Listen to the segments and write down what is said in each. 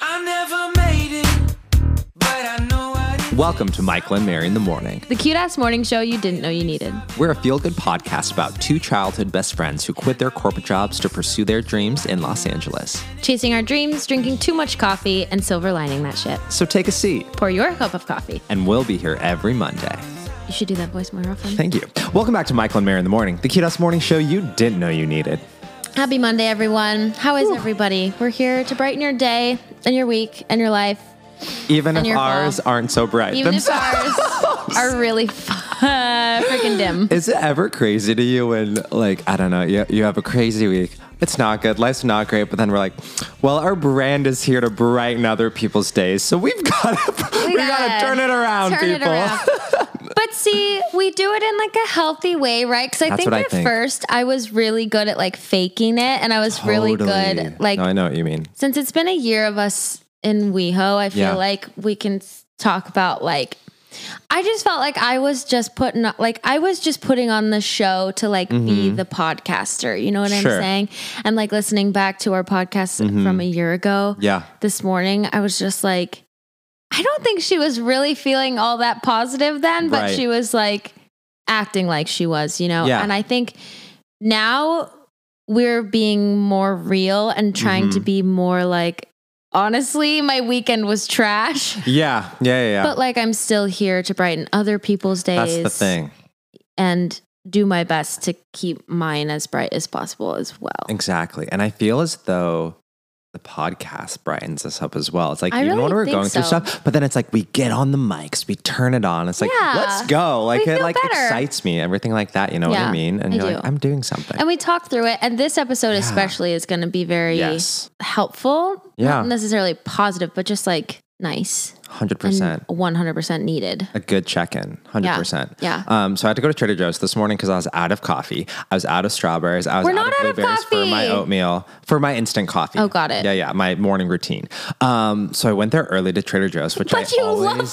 I never made it, but I know I did. Welcome to Michael and Mary in the Morning. The cute ass morning show you didn't know you needed. We're a feel good podcast about two childhood best friends who quit their corporate jobs to pursue their dreams in Los Angeles. Chasing our dreams, drinking too much coffee, and silver lining that shit. So take a seat, Pour your cup of coffee. and we'll be here every Monday. You should do that voice more often. Thank you. Welcome back to Michael and Mary in the Morning, the cute ass morning show you didn't know you needed. Happy Monday, everyone. How is everybody? We're here to brighten your day and your week and your life. Even And if your ours fall. aren't so bright Even if themselves. ours are really fu- uh, freaking dim. Is it ever crazy to you when, like, I don't know, you, you have a crazy week? It's not good. Life's not great. But then we're like, well, our brand is here to brighten other people's days. So we've got to, we got to turn it around, Turn it people. around. But see, we do it in like a healthy way, right? Because I That's think what I at think. first I was really good at like faking it, and I was really Totally. good like no, I know what you mean. since it's been a year of us in WeHo, I feel Yeah. like we can s- talk about like I just felt like I was just putting on- like I was just putting on the show to like be the podcaster, you know what Mm-hmm. Sure. Mm-hmm. I'm saying? And like listening back to our podcast from a year ago Yeah. this morning, I was just like I don't think she was really feeling all that positive then, but Right. she was like acting like she was, you know? Yeah. And I think now we're being more real and trying Mm-hmm. to be more like, honestly, my weekend was trash. Yeah. Yeah. Yeah. yeah. But like, I'm still here to brighten other people's That's days. the thing. And do my best to keep mine as bright as possible as well. Exactly. And I feel as though the podcast brightens us up as well. It's like, I even really when we're think going through so. stuff, but then it's like we get on the mics, we turn it on. It's like, Yeah. let's go. Like, We it feel like better. excites me, everything like that. You know what I Yeah, mean? And I you're do. like, I'm doing something. And we talked through it. And this episode, Yeah. especially, is going to be very yes. helpful. Yeah. Not necessarily positive, but just like nice. 100%. and 100% needed. a good check-in 100% Yeah, um so i had to go to trader joe's this morning because i was out of coffee i was out of strawberries i was We're out, not of out of blueberries for my coffee. oatmeal for my instant coffee Oh, got it. yeah yeah my morning routine um so i went there early to trader joe's which But I you always, love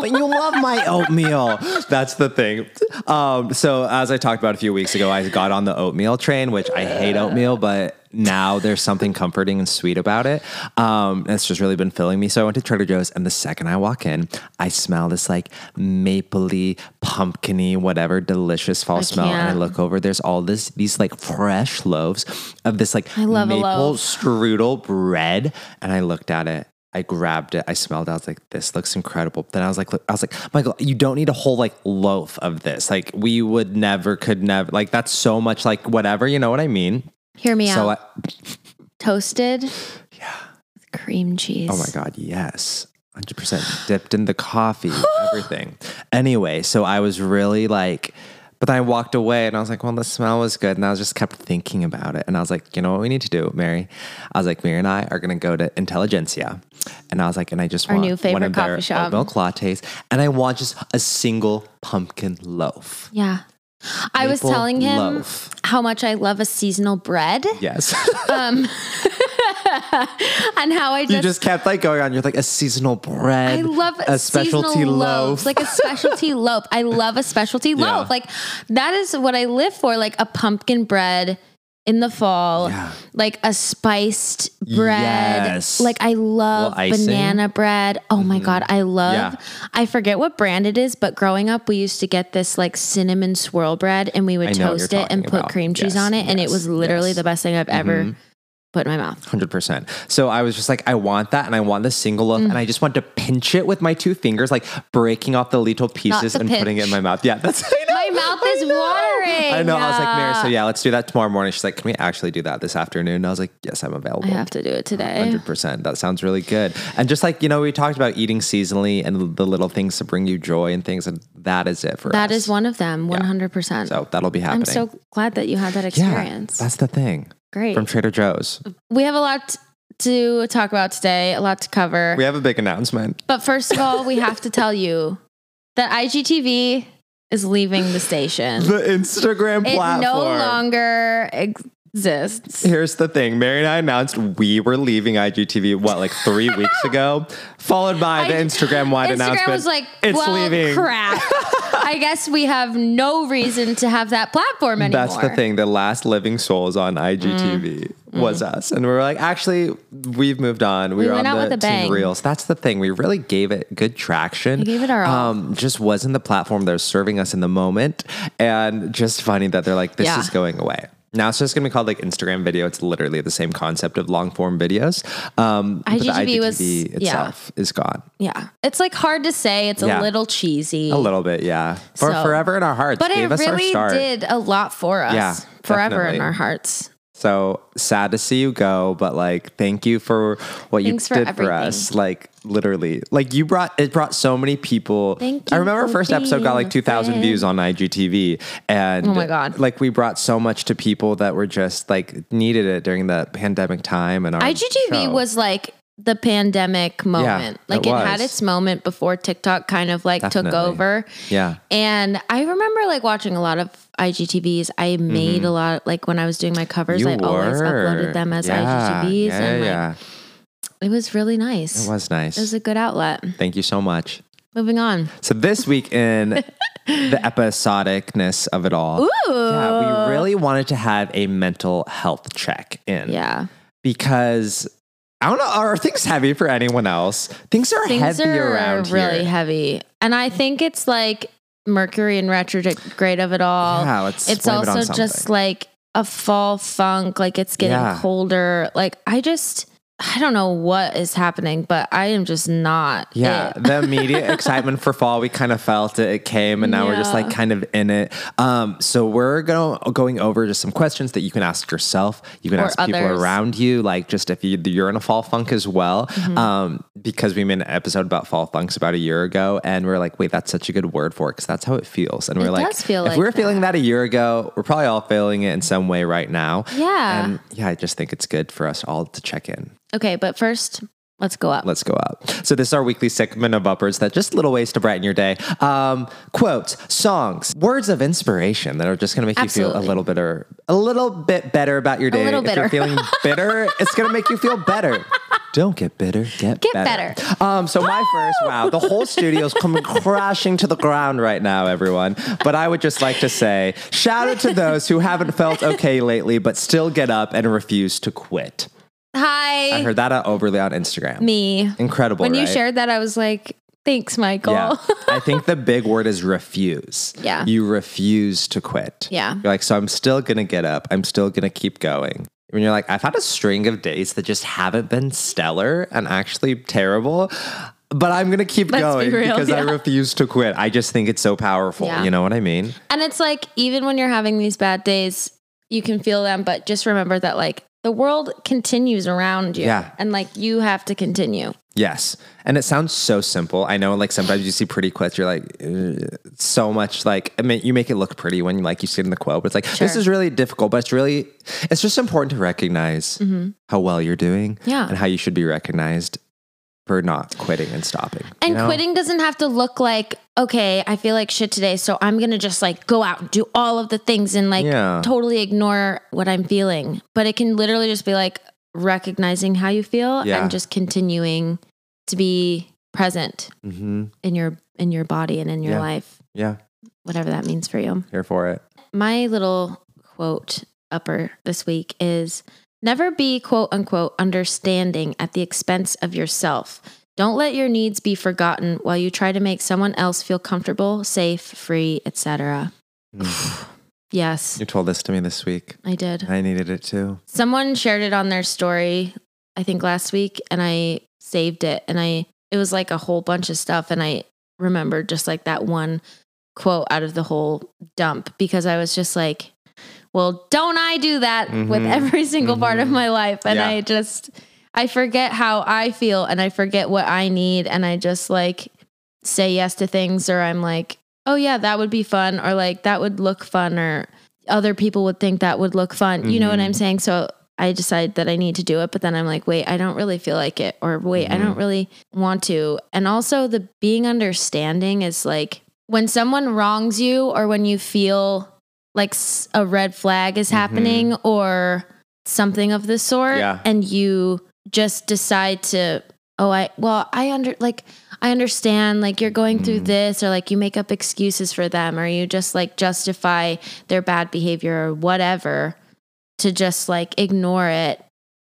but you love my oatmeal. That's the thing. Um, so as I talked about a few weeks ago, I got on the oatmeal train, which I hate oatmeal, but now there's something comforting and sweet about it. Um, and it's just really been filling me. So I went to Trader Joe's, and the second I walk in, I smell this like mapley, pumpkiny, whatever delicious fall smell. And I can't. look over, there's all this these like fresh loaves of this like love a maple loaf. strudel bread and I looked at it. I grabbed it. I smelled it. I was like, this looks incredible. Then I was like, I was like, Michael, you don't need a whole like loaf of this. Like we would never, could never, like that's so much like whatever, you know what I mean? Hear me So I, out. Toasted. Yeah. With cream cheese. oh my God, yes. 100% dipped in the coffee, everything. Anyway, so I was really like, but then I walked away and I was like, well, the smell was good. And I was just kept thinking about it. And I was like, you know what we need to do, Mary? I was like, Mary and I are going to go to Intelligentsia. And I was like, and I just Our want new one favorite of their coffee shop. oat milk lattes. And I want just a single pumpkin loaf. Yeah. I was Maple telling him loaf. how much I love a seasonal bread Yes. and how I you just, just kept like going on. You're like a seasonal bread. I love a specialty seasonal loaf. loaves, like a specialty loaf. I love a specialty loaf. Like that is what I live for, like a pumpkin bread in the fall, Yeah. like a spiced bread. Yes. Like I love Little icing. Mm-hmm. banana bread. Oh my god, I love. Yeah. I forget what brand it is, but growing up we used to get this like cinnamon swirl bread and we I would know what toast you're it and talking put about. cream cheese Yes, on it and it yes, was yes. literally Mm-hmm. the best thing I've ever put in my mouth. Hundred percent. So I was just like, I want that, and I want the single Mm. loaf, and I just want to pinch it with my two fingers, like breaking off the little pieces the and putting it in pinch. my mouth. Yeah, that's. I know, My mouth is watering. Oh I know. I was like, Mary, so Uh, yeah, let's do that tomorrow morning. She's like, can we actually do that this afternoon? And I was like, yes, I'm available. I have to do it today. Hundred percent. That sounds really good. And just like you know, we talked about eating seasonally and the little things to bring you joy and things, and that is it for That us. is one of them, 100%. So that'll be happening. I'm so glad that you had that yeah, experience. that's the thing Great. from Trader Joe's. we have a lot to talk about today, a lot to cover. We have a big announcement. but first of all, we have to tell you that IGTV is leaving the station. The Instagram it platform. no longer exists. Here's the thing. Mary and I announced we were leaving IGTV, what, like three weeks ago? Followed by the I- Instagram wide Instagram announcement. was like, it's well, leaving. crap. I guess we have no reason to have that platform anymore. Mm. That's the thing. The last living souls on IGTV was us, and we were like, actually, we've moved on. We, were went on out the with a bang. Teen Reels. That's the thing. We really gave it good traction. gave it our all. Um, just wasn't the platform that was serving us in the moment, and just funny that they're like, this Yeah. is going away. Now it's just gonna be called like Instagram video. It's literally the same concept of long form videos. Um, but the IGTV was- IGTV yeah. itself is gone Yeah. It's like hard to say. It's Yeah. a little cheesy. a little bit, yeah. For So- forever in our hearts, But gave it us our really start. did a lot for us. Yeah, Forever definitely. in our hearts. So sad to see you go, but like, thank you for what Thanks for you did for, us. Like, literally, like you brought it brought so many people. Thank I you remember our for first episode got being like a two thousand friend. views on IGTV, and Oh my God. like we brought so much to people that were just like needed it during the pandemic time. And our IGTV show. was like the pandemic moment. it like it, had was. its moment before TikTok kind of like Definitely. took over. yeah. And I remember like watching a lot of IGTVs. I made a lot like when I was doing my covers, Mm-hmm. You I always were. uploaded them as IGTVs. Yeah, and like yeah. it was really nice. It was nice. It was a good outlet. thank you so much. Moving on. So this week in the episodicness of it all. Uh. Yeah, we really wanted to have a mental health check in. Yeah. Because I don't know, are things heavy for anyone else? Things are Things heavy are around really here. heavy. And I think it's like Mercury and retrograde of it all. Yeah, let's it's blame it on also just something. like a fall funk, like it's getting Yeah. colder. Like I just I don't know what is happening, but I am just not. yeah, it. the immediate excitement for fall, we kind of felt it. It came, and now we're just Yeah. like kind of in it. Um, so we're going going over just some questions that you can ask yourself. You can Or ask people others. around you, like just if you, you're in a fall funk as well. Mm-hmm. Um, because we made an episode about fall funks about a year ago, and we are like, wait, that's such a good word for it because that's how it feels. And we're It like, does feel if like we were feeling that a year ago, we're probably all feeling it in some way right now. Yeah. and yeah, I just think it's good for us all to check in. okay, but first let's go up. Let's go up. So this is our weekly segment of uppers that just little ways to brighten your day. Um, quotes, songs, words of inspiration that are just gonna make you feel Absolutely. a little bit or a little bit better about your day. little if you're bitter. feeling bitter, it's gonna make you feel better. Don't get bitter. Get, Get better. Um, so my first wow, the whole studio's coming crashing to the ground right now, everyone. But I would just like to say, shout out to those who haven't felt okay lately, but still get up and refuse to quit. Hi. I heard that uh, overly on Instagram. me. Incredible. When you right? shared that, I was like, thanks, Michael. Yeah. I think the big word is refuse. Yeah. You refuse to quit. Yeah. You're like, so I'm still going to get up. I'm still going to keep going. When you're like, I've had a string of days that just haven't been stellar and actually terrible, but I'm going to keep Let's be going real, because I yeah. refuse to quit. I just think it's so powerful. Yeah. You know what I mean? And it's like, even when you're having these bad days, you can feel them, but just remember that, like, the world continues around you. Yeah. And, like, you have to continue. Yes. And it sounds so simple. I know like sometimes you see pretty quotes, you're like "Ugh," so much like I mean you make it look pretty when like you see it in the quote, but it's like this Sure. is really difficult, but it's really it's just important to recognize how well you're doing Mm-hmm. Yeah. and how you should be recognized for not quitting and stopping. you And know? quitting doesn't have to look like, okay, I feel like shit today. So I'm going to just, like, go out and do all of the things and, like, Yeah. totally ignore what I'm feeling. But it can literally just be like recognizing how you feel Yeah. and just continuing to be present hmm in your in your body and in your Yeah. life Yeah, whatever that means for you here for it. my little quote upper this week is never be quote unquote understanding at the expense of yourself. Don't let your needs be forgotten while you try to make someone else feel comfortable, safe, free, etc. yes, You told this to me this week. I did. I needed it too. Someone shared it on their story I think last week and I saved it and I it was like a whole bunch of stuff and I remembered just like that one quote out of the whole dump because I was just like well don't I do that with Mhm. every single part of Mhm. my life and Yeah. I just I forget how I feel and I forget what I need and I just like say yes to things or I'm like oh yeah that would be fun or like that would look fun or other people would think that would look fun you know what Mhm. I'm saying so I decide that I need to do it, but then I'm like, wait, I don't really feel like it, or wait, I don't really want to. And also, the being understanding is like when someone wrongs you, or when you feel like s- a red flag is happening, or something of the sort, Yeah. and you just decide to oh i well i under like i understand like you're going through Mm. this or like you make up excuses for them or you just like justify their bad behavior or whatever to just like ignore it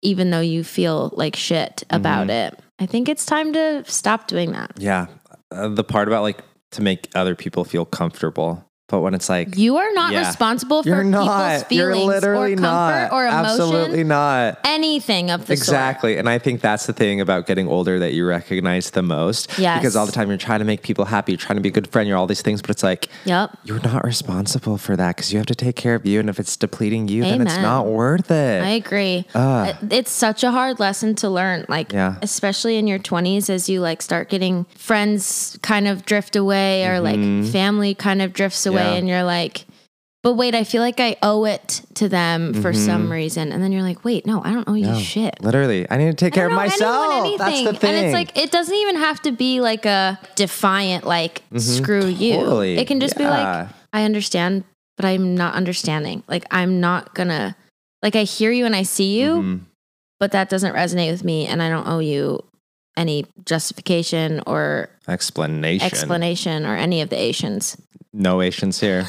even though you feel like shit about Mm-hmm. it i think it's time to stop doing that Yeah. Uh, the part about like to make other people feel comfortable. But when it's like, you are not Yeah. responsible for you're people's not, you're feelings literally or comfort not. or emotion Absolutely not. anything of the sort Exactly. And I think that's the thing about getting older that you recognize the most. Yes. Because all the time you're trying to make people happy, you're trying to be a good friend, you're all these things, but it's like yep you're not responsible for that because you have to take care of you. And if it's depleting you, then it's Amen. not worth it. Ah. I agree. It- It's such a hard lesson to learn, like Yeah. especially in your 20s as you like start getting friends kind of drift away or like family kind of drifts away Mm-hmm. Yeah. and you're like but wait, I feel like I owe it to them for some reason. And then you're like, wait, no, I don't owe you Mm-hmm. No. shit. Oh, Literally. I need to take I care don't of owe anyone myself. That's the anything. thing. And it's like, it doesn't even have to be like a defiant, like, screw you. Mm-hmm. Totally. It can just be Yeah. like, I understand, but I'm not understanding. Like, I'm not gonna, like, I hear you and I see you, Mm-hmm. but that doesn't resonate with me. And I don't owe you any justification or explanation. explanation or any of the Asians. no Asians here.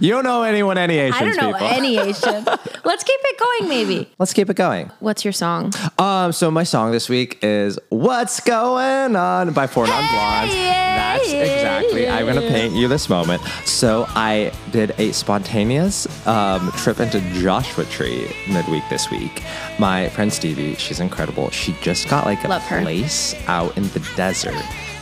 you don't know anyone, any Asians I don't know people. any Asian. Let's keep it going, maybe. Let's keep it going. What's your song? Um, so my song this week is "What's Going On" by Four Non Blondes. yeah, That's yeah, exactly. I'm gonna yeah. paint you this moment. So I did a spontaneous um, trip into Joshua Tree midweek this week. My friend Stevie, she's incredible. She just got like a Love her. place out in the desert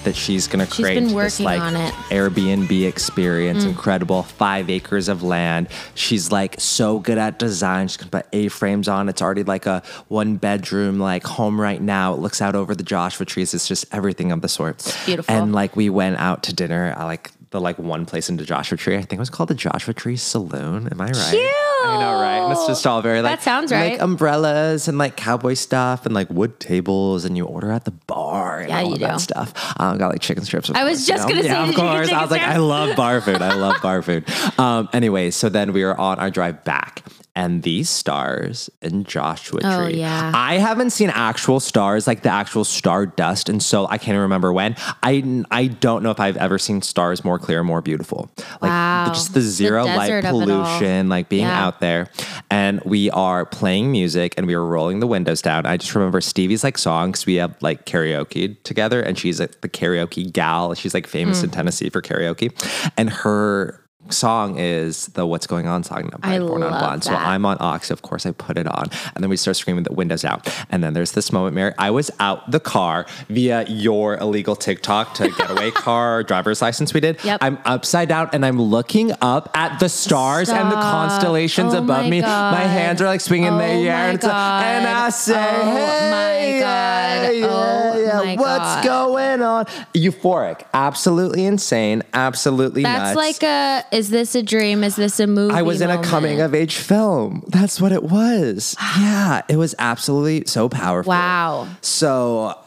that she's gonna She's create been this working like on it. Airbnb experience, Mm. incredible, five acres of land. She's like so good at design. She's gonna put A frames on. It's already like a one bedroom like home right now. It looks out over the Joshua trees. It's just everything of the sort. beautiful. And like we went out to dinner at like the like one place in the Joshua Tree. I think it was called the Joshua Tree Saloon. Am I right? I know, right? And it's just all very like That sounds like, right. umbrellas and like cowboy stuff and like wood tables and you order at the bar and Yeah, all you of that do. stuff. Um, got like chicken strips. of I was course, just gonna say, yeah, did of you get course. chicken I was like, strips? I love bar food. I love bar food. Um, anyway, so then we were on our drive back. And these stars in Joshua Tree. Oh, yeah. I haven't seen actual stars, like the actual stardust, and so I can't even remember when. I I don't know if I've ever seen stars more clear, more beautiful. Like Wow. just the The zero light desert of it all. pollution, like being Yeah. out out there and we are playing music and we were rolling the windows down. I just remember Stevie's like songs. We have like karaoke together and she's like, the karaoke gal. She's like famous Hmm. in Tennessee for karaoke. And her song is the What's Going On song by I Born on love Blonde. So that. I'm on Ox. Of course, I put it on. And then we start screaming the windows out. And then there's this moment, Mary. I was out the car via your illegal TikTok to getaway car driver's license we did. Yep. I'm upside down and I'm looking up at the stars and the Stop. constellations Oh above my me. My God. hands are like swinging in the Oh air. my And, it's like- and I God. say, Oh my hey, God. yeah, Oh yeah, my what's God. going on? Euphoric. Absolutely insane. Absolutely nuts. That's like a is this a dream? Is this a movie? I was in moment? a coming of age film. That's what it was. Yeah, it was absolutely so powerful. Wow. So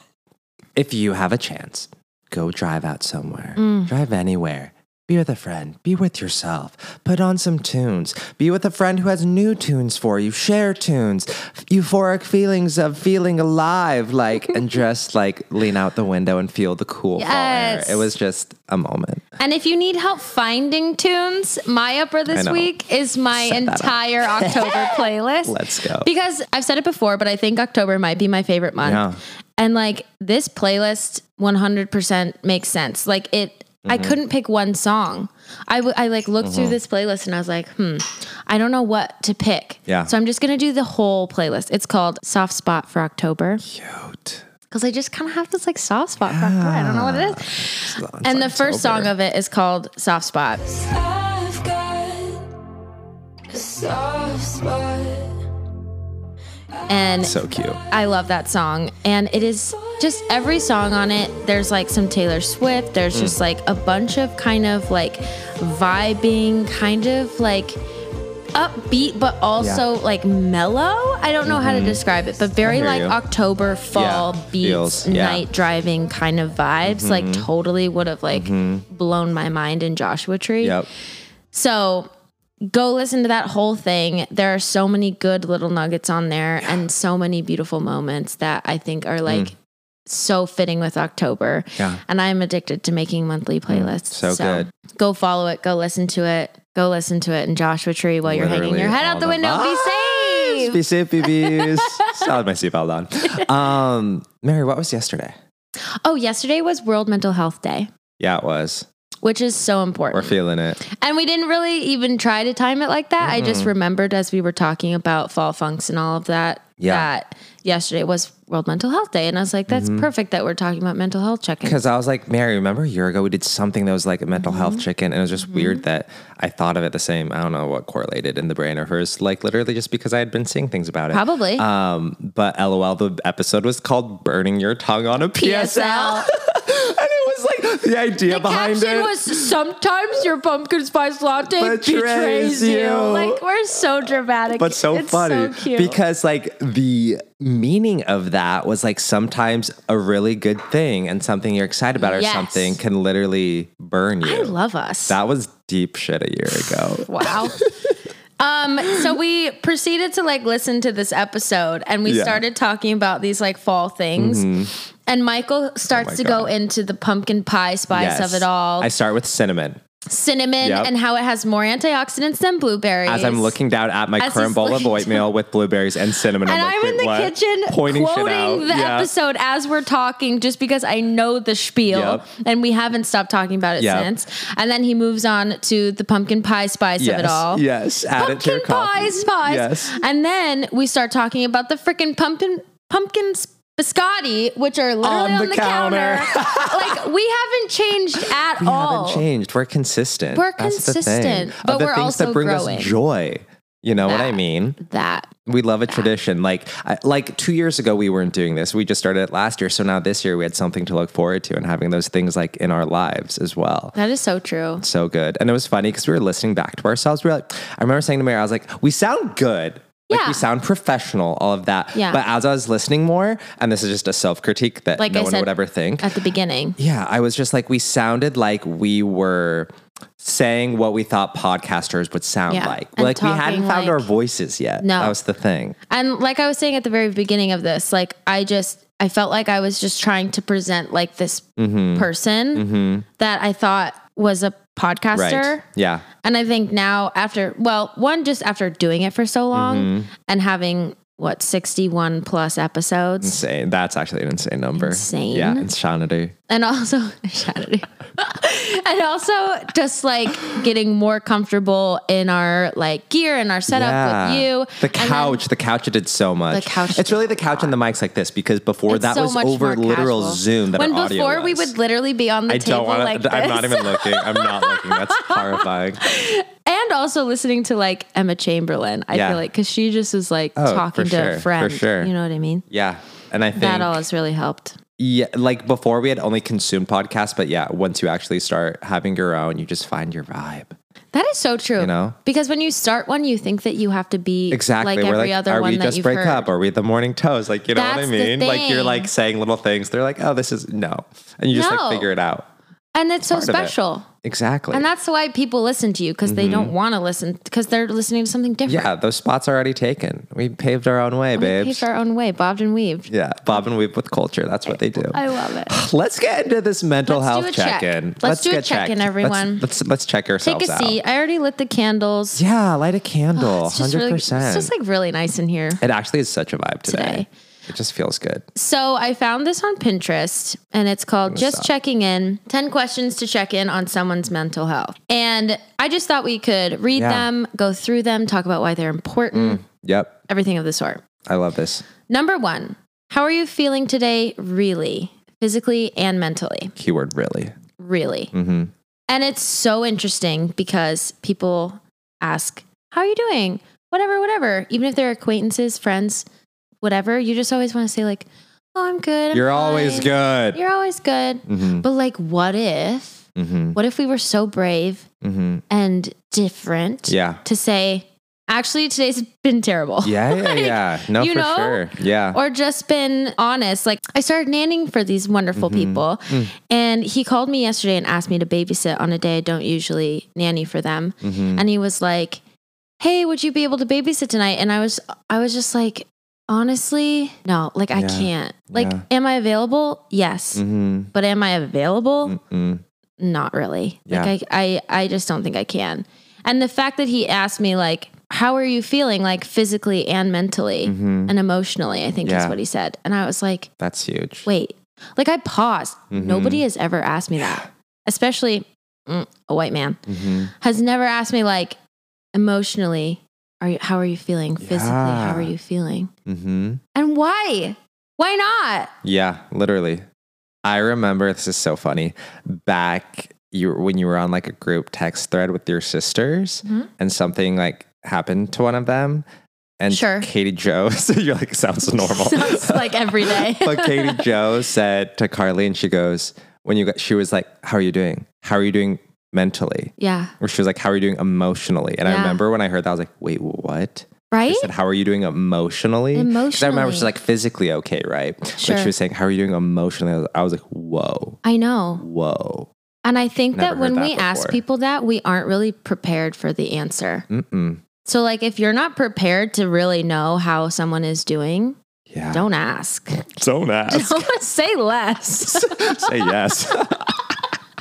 if you have a chance, go drive out somewhere, Mm. drive anywhere. Be with a friend. Be with yourself. Put on some tunes. Be with a friend who has new tunes for you. Share tunes. Euphoric feelings of feeling alive, like, and just like lean out the window and feel the cool fall air. Yes. It was just a moment. And if you need help finding tunes, my upper I this know. week is my Set that up. entire October playlist. Let's go. Because I've said it before, but I think October might be my favorite month. Yeah. And like this playlist 100% makes sense. Like it I Mm-hmm. couldn't pick one song. I, w- I like looked through this playlist and I was like, "Hmm, I don't know what to pick." Yeah. So I'm just going to do the whole playlist. It's called Soft Spot for October. Cute. because I just kind of have this like soft spot for October. I don't know what it Ah. is. and the first song of it is called Soft Spot. I've got a soft spot. And So cute. I love that song. And it is just every song on it, there's like some Taylor Swift, there's Mm. just like a bunch of kind of like vibing, kind of like upbeat, but also like mellow. I don't know how to describe it, but very Mm-hmm. hear like you. October, fall, Yeah, beats, feels, yeah. Mm-hmm. night driving kind of vibes. Like totally would have like blown my mind in Joshua Tree. Yep. So go listen to that whole thing. There are so many good little nuggets on there and so many beautiful moments that I think are like so fitting with October. Mm. Yeah. Mm. And I'm addicted to making monthly playlists. so good. Go follow it. Go listen to it. Go listen to it in Joshua Tree while you're hanging Literally your head all out the window. Be vibes. safe. Be safe, babies. Still had my seatbelt on. Um, Mary, what was yesterday? Oh, yesterday was World Mental Health Day, Yeah, it was. which is so We're important. feeling it. and we didn't really even try to time it like that. I just Mm-hmm. remembered as we were talking about fall funks and all of that Yeah. that yesterday was World Mental Health Day, and I was like, that's Mm-hmm. perfect that we're talking about mental health check-in. Because I was like, Mary, remember a year ago we did something that was like a mental Mm-hmm. health chicken, and it was just weird that I thought of it the same. I don't know what correlated in the brain of hers, like literally just because I had been seeing things about it. Probably. Um, but LOL, the episode was called "Burning Your Tongue on a PSL," PSL. and it was like the idea the behind caption it. was sometimes your pumpkin spice latte Betrays betrays, you. you. Like we're so dramatic, but so It's funny so cute. because like the meaning of that was like sometimes a really good thing and something you're excited about or Yes. something can literally burn you. I love us. that was deep shit a year ago. Wow. um, so we proceeded to like listen to this episode and we Yeah. Mm-hmm. started talking about these like fall things. And Michael starts Oh my to go God. into the pumpkin pie spice Yes. of it all. I start with cinnamon. Cinnamon Yep. and how it has more antioxidants than blueberries. As I'm looking down at my As current he's bowl of looking oatmeal with blueberries and cinnamon, And I'm, like, I'm in "Wait, the what?" kitchen pointing shit out. quoting the Yeah. episode as we're talking just because I know the spiel Yep. and we haven't stopped talking about it Yep. since. And then he moves on to the pumpkin pie spice Yes, of it all. yes. Add it to pumpkin your coffee. pies, pies. Yes. And then we start talking about the freaking pumpkin pumpkin s- biscotti, which are literally on, the the, counter. counter. like we haven't changed at We all. haven't changed. We're consistent. We're That's the thing. consistent, Of but the we're things that also bring growing. us joy. You know what I That. mean? That We love a tradition. Like I, like two years ago, we weren't doing this. We just started it last year. So now this year, we had something to look forward to and having those things like in our lives as well. that is so true. So good. And it was funny because we were listening back to ourselves. We were like, I remember saying to Mary, I was like, we sound good. Like Yeah. we sound professional, all of that. Yeah. But as I was listening more, and this is just a self critique that Like no I one said- uh, would ever think. At the beginning. Yeah, I was just like, we sounded like we were saying what we thought podcasters would sound Yeah, like. and like we hadn't talking found our like- voices yet. No. That was the thing. And like I was saying at the very beginning of this, like I just I felt like I was just trying to present like this Mm-hmm. person that I thought was a podcaster. Right. Yeah. And I think now, after, well, one, just after doing it for so long Mm-hmm. and having what, 61 plus episodes. Insane. That's actually an insane number. Insane. Yeah. Insanity. And also, Saturday. and also just like getting more comfortable in our like gear and our setup Yeah. with you. The And then- couch, the couch it did so much. couch It's did really the couch and the mics like this because before it's that so was much over more literal casual. Zoom that when our audio before we was. would literally be on the I table don't want like to. I'm not this. even looking. I'm not looking. That's horrifying. and also listening to like Emma Chamberlain. I Yeah. feel like because she just is like Oh, talking for to sure, a for friend. sure. You know what I mean? Yeah. And I think That all has really helped. Yeah, like before we had only consumed podcasts, but yeah, once you actually start having your own, you just find your vibe. That is so true. You know? because when you start one, you think that you have to be Exactly. like every are other one we that just you've break heard. up? Are we the morning toes? Like, you know what I That's the mean? Like, you're thing. like saying little things. They're like, oh, this is no. And you just No. like figure it out. and it's so part of it. Mm-hmm. special. Exactly. And that's why people listen to you because they don't want to listen because they're listening to something different. yeah, those spots are already taken. We paved our own way, we babes. paved our own way, bobbed and weaved. yeah, bob and weave with culture. That's what they do. I love it. Let's get into this mental Let's do health a check. in. Let's do a get check-in, checked. everyone. Let's, let's let's check Take ourselves a seat. out. I already lit the candles. Yeah, light a candle. It's just Hundred really, it's percent. just like really nice in here. It actually is such a vibe today. Today. It just feels good. So I found this on Pinterest and it's called Just Checking In 10 Questions to Check In on Someone's Mental Health. And I just thought we could read Yeah. Mm. them, go through them, talk about why they're important, Yep. everything of the sort. I love this. Number one, how are you feeling today, really, physically and mentally? Keyword really. Really. Mm-hmm. And it's so interesting because people ask, How are you doing? Whatever, whatever. Even if they're acquaintances, friends, whatever, you just always want to say, like, Oh, I'm good. I'm You're always fine. good. You're always good. Mm-hmm. But like, what if? Mm-hmm. What if we were so brave Mm-hmm. and different Yeah. to say, actually, today's been terrible? Yeah, yeah, Like, yeah. No, you for know? sure. Yeah. Or just been honest. Like, I started nanning for these wonderful Mm-hmm. people. Mm. And he called me yesterday and asked me to babysit on a day I don't usually nanny for them. Mhm. And he was like, Hey, would you be able to babysit tonight? And I was, I was just like, Honestly, no. Like I Yeah. can't. Like, Yeah. am I available? Yes. Mm-hmm. But am I available? Mm-mm. Not really. Like Mm. Yeah. I, I I just don't think I can. And the fact that he asked me like, how are you feeling like physically and mentally and emotionally, I think is Yeah. what he said. And I was like, mm-hmm. That's huge. wait. Like I paused. Mhm. Nobody has ever asked me that. Especially mm, a white man Mm-hmm. has never asked me like emotionally, are you how are you feeling? Physically, how Yeah. are you feeling? Mm-hmm. And why? Why not? Yeah, literally. I remember this is so funny. Back you when you were on like a group text thread with your sisters Mhm. and something like happened to one of them. And Sure. Katie Joe, so you're like, sounds normal. Sounds like every day. but Katie Joe said to Carly, and she goes, when you got, she was like, How are you doing? How are you doing mentally? Yeah. Or she was like, How are you doing emotionally? And I Yeah. remember when I heard that, I was like, Wait, what? Right? She said, How are you doing emotionally? 'Cause I remember she's Eh? Emotionally. like physically okay, right? Sure. Like she was saying, How are you doing emotionally? I was- I was like, Whoa, I know. whoa. And I think Never that heard when that we ask before. people that, we aren't really prepared for the answer. Mm-mm. So, like, if you're not prepared to really know how someone is doing, Yeah. don't ask. Don't ask. Don't say less. Say yes.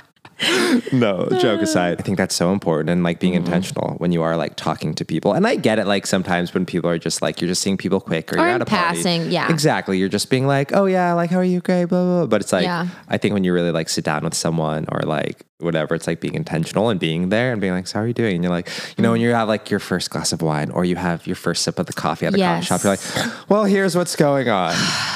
no, joke aside, I think that's so important and like being Mm-hmm. intentional when you are like talking to people. And I get it, like sometimes when people are just like, you're just seeing people quick or, Or you're in at a party. passing, yeah. Exactly. You're just being like, oh yeah, like, how are you? Great, blah, blah, blah. But it's like, Yeah. I think when you really like sit down with someone or like whatever, it's like being intentional and being there and being like, so how are you doing? And you're like, you Mm. know, when you have like your first glass of wine or you have your first sip of the coffee at a coffee Yes. shop, you're like, well, here's what's going on.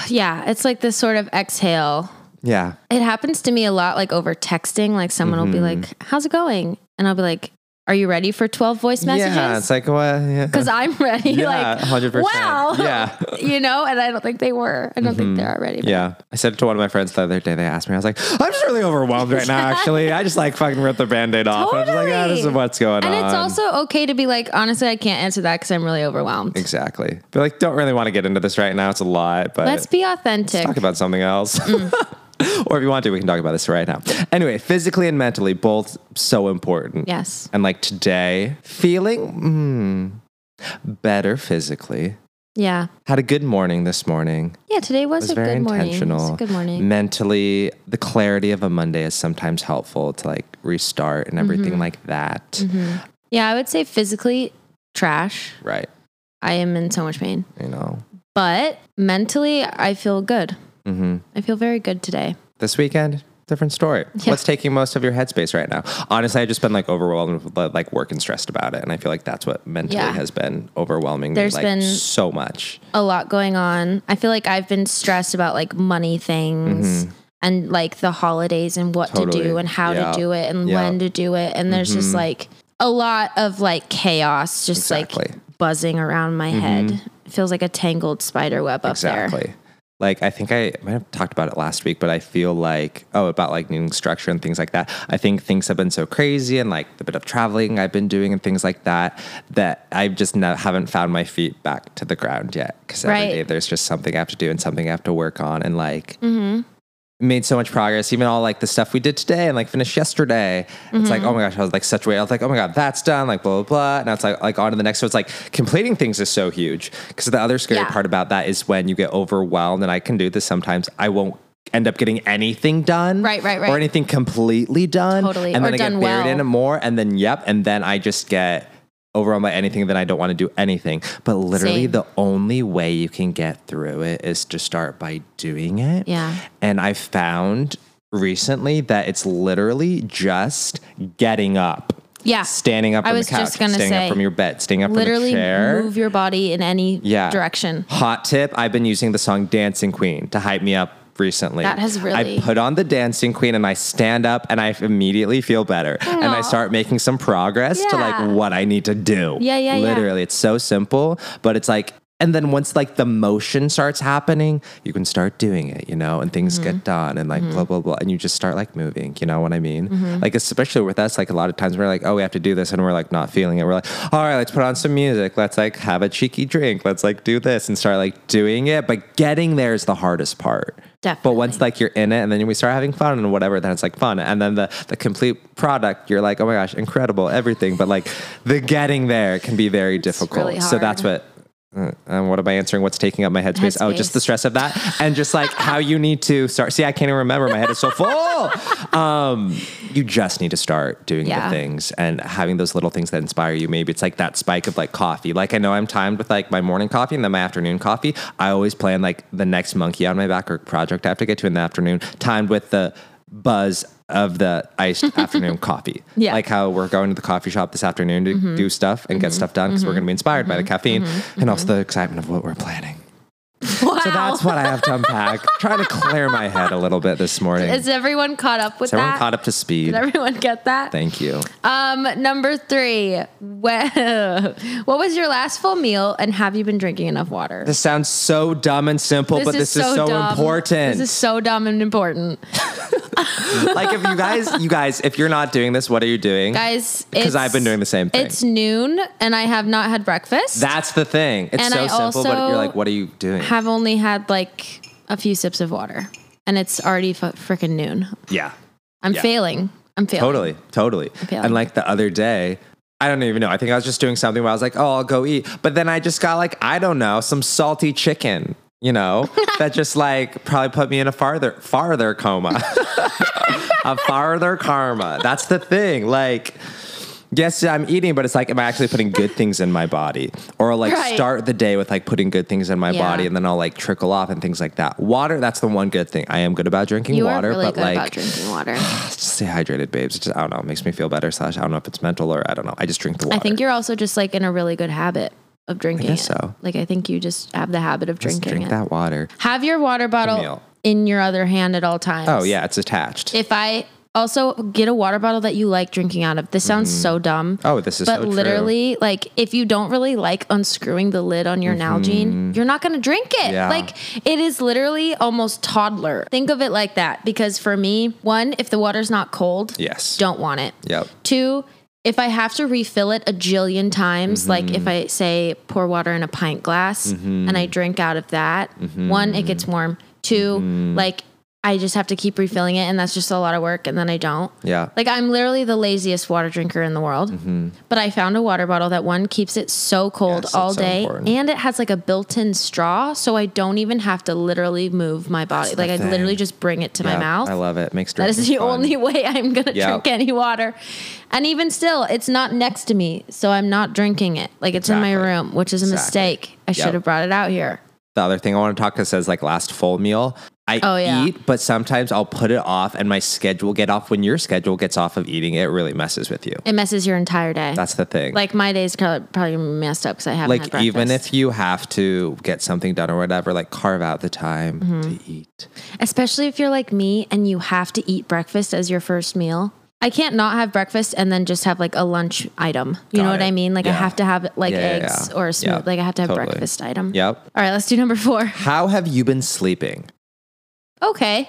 yeah. It's like this sort of exhale. Yeah. It happens to me a lot, like over texting. Like, someone will be Mm-hmm. like, How's it going? And I'll be like, Are you ready for 12 voice Yeah. It's messages? like, well, yeah. Because I'm ready. Yeah, like, 100%. Wow. Yeah. Mm-hmm. you know, and I don't think they were. I don't think they are ready. for Yeah. I said it to one of my friends the other day, they asked me, I was like, I'm just really overwhelmed right now, actually. I just like fucking ripped the band aid off. I'm just like, yeah, this is Totally. what's going And on. it's also okay to be like, honestly, I can't answer that because I'm really overwhelmed. exactly. But like, don't really want to get into this right now. It's a lot, but Let's be Mm. authentic. uh, talk about something else. or if you want to, we can talk about this right now. Anyway, physically and mentally, both so important. yes. And like today, feeling mm, better physically. Yeah. Had a good morning this morning. Yeah. Today was, was a very good morning. It was a intentional. Mm. good morning. Mentally, the clarity of a Monday is sometimes helpful to like restart and everything Mm-hmm. like that. Yeah, I would say physically trash. Right. I am in so much pain, You know. but mentally, I feel good. hmm I feel very good today. This weekend, different story. Yeah. What's taking most of your headspace right now? Honestly, I've just been like overwhelmed with like work and stressed about it, and I feel like that's what mentally Yeah. has been overwhelming. There's me, like been- so much. A lot going on. I feel like I've been stressed about like money things. And like the holidays and what to do Mm-hmm. Totally. and how Yeah. to do it and Yeah. Mm-hmm. when to do it. And there's just like a lot of like chaos just Exactly. Mm-hmm. like buzzing around my head. It feels like a tangled spider web up there. Exactly. Like I think I might have talked about it last week, but I feel like oh about like needing structure and things like that. I think things have been so crazy and like the bit of traveling I've been doing and things like that that I just no, haven't found my feet back to the ground yet because Right. every day there's just something I have to do and something I have to work on and like made so much progress. Even all like the stuff we did today and like finished yesterday. It's Mm-hmm. like, oh my gosh, I was like such weight. I was like, oh my god, that's done. Like blah blah blah. And it's like like on to the next. So it's like completing things is so huge. Because the other scary Yeah. part about that is when you get overwhelmed, and I can do this sometimes. I won't end up getting anything done, Right, right, right. or anything completely done, Totally. and Or then I get done buried well. in it more, and then yep, and then I just get. Overwhelmed by anything, then I don't want to do anything. But literally, Same. the only way you can get through it is to start by doing it. Yeah. And I found recently that it's literally just getting up. Yeah. Standing up I from was the couch, just gonna standing say, up from your bed, standing up Literally from the chair. move your body in any Yeah. direction. Hot tip, I've been using the song Dancing Queen to hype me up recently. That has really- I put on the Dancing Queen and I stand up and I immediately feel better and Aw. I start making some progress to Yeah. like what I need to do. Yeah, yeah, yeah. Literally, it's so simple, but it's like and then once like the motion starts happening, you can start doing it, you know, and things get done and like blah blah blah and you just start like moving, you know what I mean? Like especially with us like a lot of times we're like, "Oh, we have to do this." and we're like not feeling it. We're like, "All right, let's put on some music. Let's like have a cheeky drink. Let's like do this and start like doing it." But getting there is the hardest part. But Definitely. once like you're in it and then we start having fun and whatever, then it's like fun. And then the, the complete product, you're like, oh my gosh, incredible, everything. But like the getting there can be very difficult. really So that's hard. what uh, and what am I answering? What's taking up my headspace? Oh, just Headspace. the stress of that, and just like how you need to start. See, I can't even remember. My head is so full. Um, you just need to start doing Yeah. the things and having those little things that inspire you. Maybe it's like that spike of like coffee. Like I know I'm timed with like my morning coffee and then my afternoon coffee. I always plan like the next monkey on my back or project I have to get to in the afternoon, timed with the buzz of the iced afternoon coffee. Yeah. Mm-hmm. Like how we're going to the coffee shop this afternoon to do stuff and get stuff done because we're going to be inspired by the caffeine and also Mm-hmm. the excitement of what we're planning. Wow. So that's what I have to unpack. Trying to clear my head a little bit this morning. Is everyone caught up with so everyone that? caught up to speed. Did everyone get that? Thank you. Um, number three. Well, what was your last full meal, and have you been drinking enough water? This sounds so dumb and simple, but this is so, dumb. important. This is so dumb and important, like if you guys, you guys, if you're not doing this, what are you doing? guys. Because I've been it's- doing the same thing. It's noon, and I have not had breakfast. That's the thing. It's And so I simple, but also you're like, what are you doing? have only had like a few sips of water, and it's already f- freaking noon. yeah. I'm Yeah. failing. I'm failing. Totally, totally. feel And it. like the other day, I don't even know. I think I was just doing something where I was like, "Oh, I'll go eat," but then I just got like I don't know some salty chicken, you know, that just like probably put me in a farther farther coma, a farther karma. That's the thing. Like, yes, I'm eating, but it's like, am I actually putting good things in my body, or I'll, like Right. start the day with like putting good things in my Yeah. body, and then I'll like trickle off and things like that. Water. That's the one good thing I am good about drinking You water, are really but good like about drinking water. just stay hydrated, babes. It just I don't know. It makes me feel better. Slash, I don't know if it's mental or I don't know. I just drink the water. I think you're also just like in a really good habit of drinking. guess it. so. Like I think you just have the habit of Just drinking drink it. that water. Have your water bottle meal. in your other hand at all times. Oh yeah, it's attached. If I also get a water bottle that you like drinking out of, this sounds so dumb. oh, this is but so literally, like, if you don't really like unscrewing the lid on your Nalgene, you're not going to drink it. Mm-hmm. Yeah. Like, it is literally almost toddler. Think of it like that. Because for me, one, if the water's not cold, true. Yes. don't want it. Yep. Two, if I have to refill it a jillion times, like Mm-hmm. if I say pour water in a pint glass and I drink out of that, Mm-hmm. one, it gets warm. 2 like I just have to keep refilling it and that's just a lot of work and then I don't. Yeah. Like I'm literally the laziest water drinker in the world. But I found a water bottle that one keeps it so cold Yes, all that's so day important. and it has like a built-in straw so I don't even have to literally move my the body. Like I literally thing. just bring it to my Yeah, mouth. I love it. Makes That is the drinking fun. only way I'm going to Yeah. drink any water. And even still, it's not next to me, so I'm not drinking it. Like it's in my Exactly. room, which is a Exactly. mistake. I Yep. should have brought it out here. the other thing I want to talk to says like last full meal. I Oh, yeah. eat, but sometimes I'll put it off, and my schedule will get off. When your schedule gets off of eating, it really messes with you. It messes your entire day. That's the thing. like my day's probably probably messed up because I haven't had like breakfast. even if you have to get something done or whatever, like carve out the time Mm-hmm. to eat. especially if you're like me and you have to eat breakfast as your first meal. I can't not have breakfast and then just have like a lunch item. You Got know what it. I mean? Like I Yeah. have to have like Yeah, yeah, eggs yeah. or a smooth. Yeah, Like I have to have totally. breakfast item. Yep. All right, let's do number four. How have you been sleeping? Okay.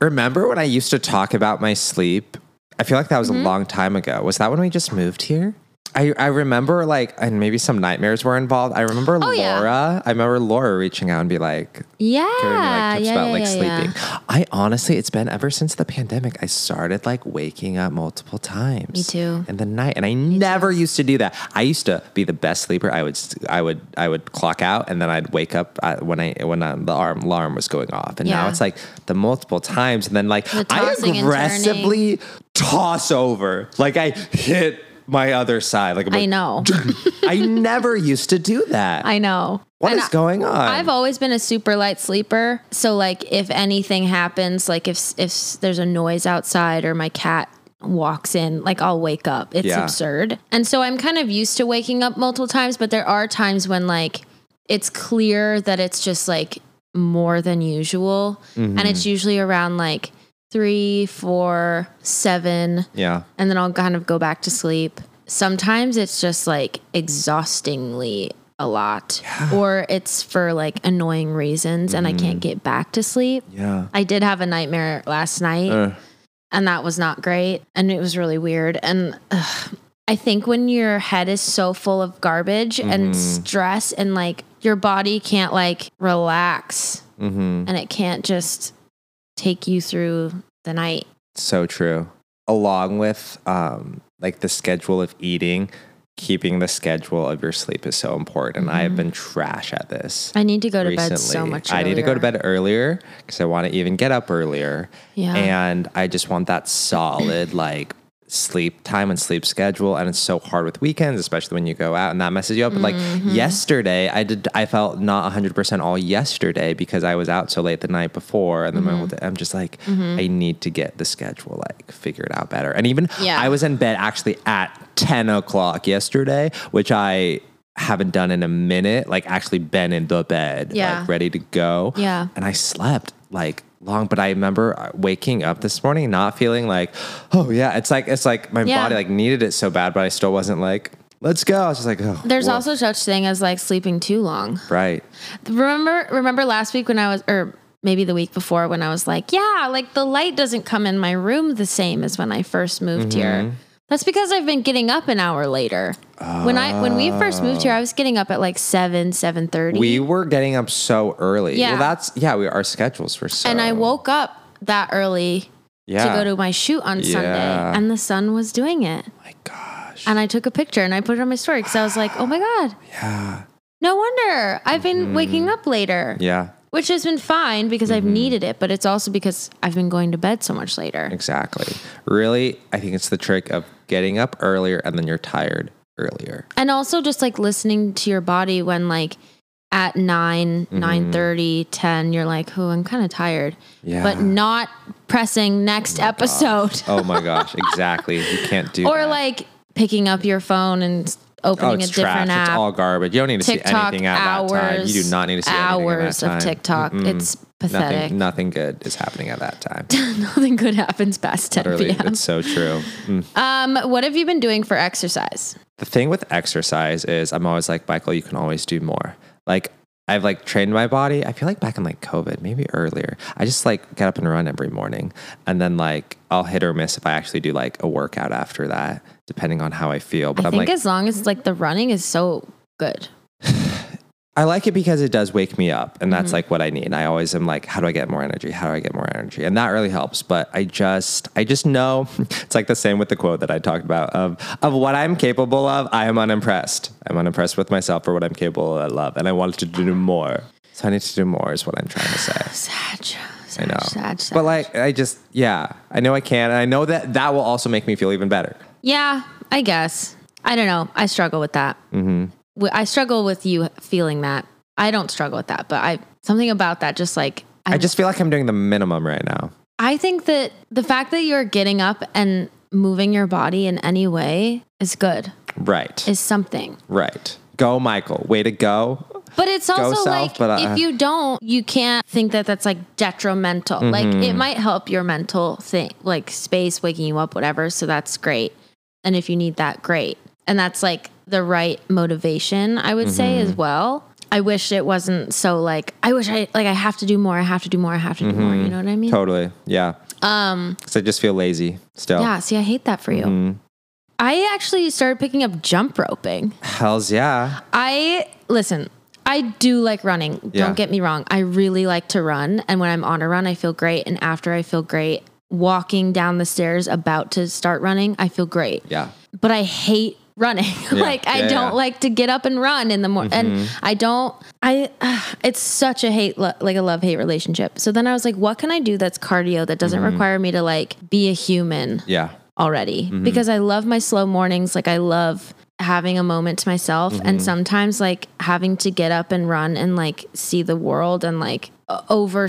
Remember when I used to talk about my sleep? I feel like that was Mm-hmm. a long time ago. Was that when we just moved here? I, I remember like and maybe some nightmares were involved. I remember Oh, Laura. yeah. I remember Laura reaching out and be like, Yeah. giving me like tips yeah, about yeah, like yeah, yeah. sleeping. I honestly, it's been ever since the pandemic. I started like waking up multiple times. Me too. In the night, and I never used to do that. I used to be the best sleeper. I would, I would, I would clock out, and then I'd wake up uh, when I when uh the alarm alarm was going off. And now Yeah. it's like the multiple times, and then like The I tossing and aggressively toss over, like I hit my other side. Like I'm I like, know. I never used to do that. I know. What is And I- going on? I've always been a super light sleeper. So like if anything happens, like if if there's a noise outside or my cat walks in, like I'll wake up. It's Yeah. absurd. And so I'm kind of used to waking up multiple times, but there are times when like it's clear that it's just like more than usual. Mm-hmm. And it's usually around like three, four, seven, yeah. and then I'll kind of go back to sleep. Sometimes it's just like exhaustingly a lot, or it's for like annoying reasons and I Mm-hmm. can't get back to sleep. Yeah. I did have a nightmare last night, Ugh. and that was not great, and it was really weird. And ugh, I think when your head is so full of garbage Mm-hmm. and stress, and like your body can't like relax Mm-hmm. and it can't just take you through the night. So true. Along with um, like the schedule of eating, keeping the schedule of your sleep is so important. I have been trash at this. I need to go to bed so recently. much. I need to go to earlier. bed earlier because I want to even get up earlier. Yeah. And I just want that solid like sleep time and sleep schedule. And it's so hard with weekends, especially when you go out and that messes you up. But Mm-hmm. like yesterday, I did I felt not hundred percent all yesterday because I was out so late the night before and then Mm-hmm. my whole day, I'm just like, I need to get the schedule like figured out better. And even Yeah. I was in bed actually at ten o'clock yesterday, which I haven't done in a minute, like actually been in the bed, Yeah. like ready to go. Yeah. And I slept like long, but I remember uh, waking up this morning not feeling like, oh yeah, it's like it's like my Yeah. body like needed it so bad, but I still wasn't like, let's go. I was just like, oh, There's whoa. also such thing as like sleeping too long. right. Remember remember last week when I was or maybe the week before when I was like, yeah, like the light doesn't come in my room the same as when I first moved Mm-hmm. here. That's because I've been getting up an hour later. When I when we first moved here, I was getting up at like 7, 7:30. We were getting up so early. Yeah. Well, that's yeah. We our schedules were so. and I woke up that early yeah. to go to my shoot on Yeah. Sunday and the sun was doing it. Oh my gosh. And I took a picture and I put it on my story cuz I was like, "Oh my god, Yeah. Mm-hmm. no wonder. I've been waking up later." Yeah. which has been fine because I've Mm-hmm. needed it, but it's also because I've been going to bed so much later. Exactly. Really, I think it's the trick of getting up earlier and then you're tired earlier. And also just like listening to your body when like at 9, Mm-hmm. 9:30, 10, you're like, "Oh, I'm kind of tired." Yeah. But not pressing next episode Oh my gosh, exactly. You can't do or that. like picking up your phone and oh, opening a it's different trash. app. It's all garbage. You don't need to see TikTok anything at hours. that time. You do not need to see anything at hours that time. of TikTok. It's pathetic. Nothing, Nothing, nothing good is happening at that time. good happens past 10 Literally, p.m. it's so true. Mm. Um, what have you been doing for exercise? The thing with exercise is, I'm always like, Michael, you can always do more. Like, I've like trained my body. I feel like back in like COVID, maybe earlier. I just like get up and run every morning, and then like I'll hit or miss if I actually do like a workout after that, depending on how I feel. But I am think like, as long as like the running is so good. I like it because it does wake me up, and that's like what I need. I always am like, how do I get more energy? How do I get more energy? And that really helps. But I just, I just know it's like the same with the quote that I talked about of of what I'm capable of. I am unimpressed. I'm unimpressed with myself for what I'm capable of, and I wanted to do more. So I need to do more is what I'm trying to say. Sad, I sad, know, sad, sad. but like I just, yeah, I know I can, and I know that that will also make me feel even better. yeah, I guess. I don't know. I struggle with that. Mm-hmm. I struggle with you feeling that. I don't struggle with that, but I something about that just like I, I just feel like I'm doing the minimum right now. I think that the fact that you're getting up and moving your body in any way is good. Right, Is something. right. Go, Michael. Way to go. But it's also south, like but uh, I- if you don't, you can't think that that's like detrimental. Like Mm-hmm. it might help your mental thing, like space, waking you up, whatever. So that's great. And if you need that, great. And that's like the right motivation, I would say Mm-hmm. as well. I wish it wasn't so like I wish I like I have to do more. I have to do more. I have to do more. You know what I mean? Mm-hmm. Totally. Yeah. Um. Because I just feel lazy still. Yeah. See, I hate that for you. Mm-hmm. I actually started picking up jump roping. Hell's yeah. I listen. I do like running. Don't Yeah. get me wrong. I really like to run, and when I'm on a run, I feel great. And after, I feel great. Walking down the stairs, about to start running, I feel great. Yeah. But I hate running. like I Yeah, don't yeah. Mm-hmm. like to get up and run in the morning. And I don't. I. it's such a hate, lo- like a love hate relationship. So then I was like, what can I do that's cardio that doesn't Mm-hmm. require me to like be a human? Yeah. already Mm-hmm. because I love my slow mornings. Like I love having a moment to myself Mm-hmm. and sometimes like having to get up and run and like see the world and like o-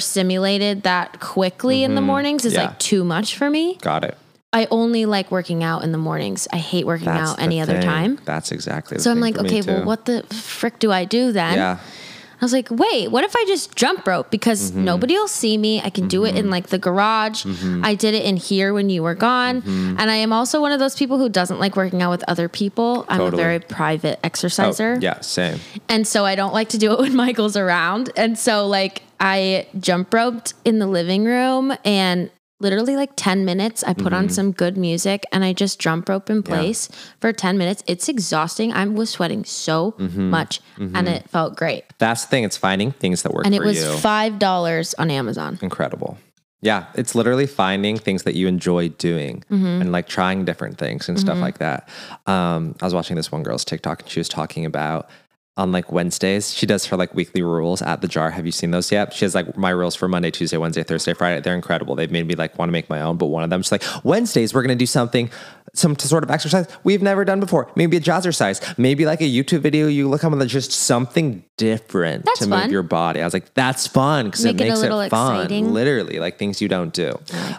overstimulated that quickly in the mornings is Mm-hmm. Yeah. like too much for me. Got it. I only like working out in the mornings. I hate working That's out the any other thing. time. That's exactly. The So I'm thing like, for me, okay, well too. what the frick do I do then? Yeah. I was like, wait, what if I just jump rope? Because Mm-hmm. nobody will see me. I can do it in like the garage. I did it in here when you were gone. Mm-hmm. And I am also one of those people who doesn't like working out with other people. I'm Totally. a very private Oh, exerciser. yeah. Same. And so I don't like to do it when Michael's around. And so, like, I jump roped in the living room and literally like 10 minutes, I put on Mm-hmm. some good music and I just jump rope in place for 10 minutes. It's exhausting. I was sweating so Mm-hmm. much and it felt great That's the thing. It's finding things that work and it for was you. five dollars on Amazon. Incredible. Yeah, it's literally finding things that you enjoy doing Mm-hmm. and like trying different things and stuff like that. Um, I was watching this one girl's TikTok and she was talking about on like Wednesdays, she does her like weekly rules at the jar. Have you seen those yet? She has like my rules for Monday, Tuesday, Wednesday, Thursday, Friday. They're incredible. They've made me like want to make my own, but one of them's like Wednesdays, we're going to do something, some t- sort of exercise we've never done before. Maybe a jazzercise, maybe like a YouTube video. You look on the just something different That's to move fun. your body. I was like, that's fun because it Make it a makes it, little fun. exciting. Literally, like things you don't do.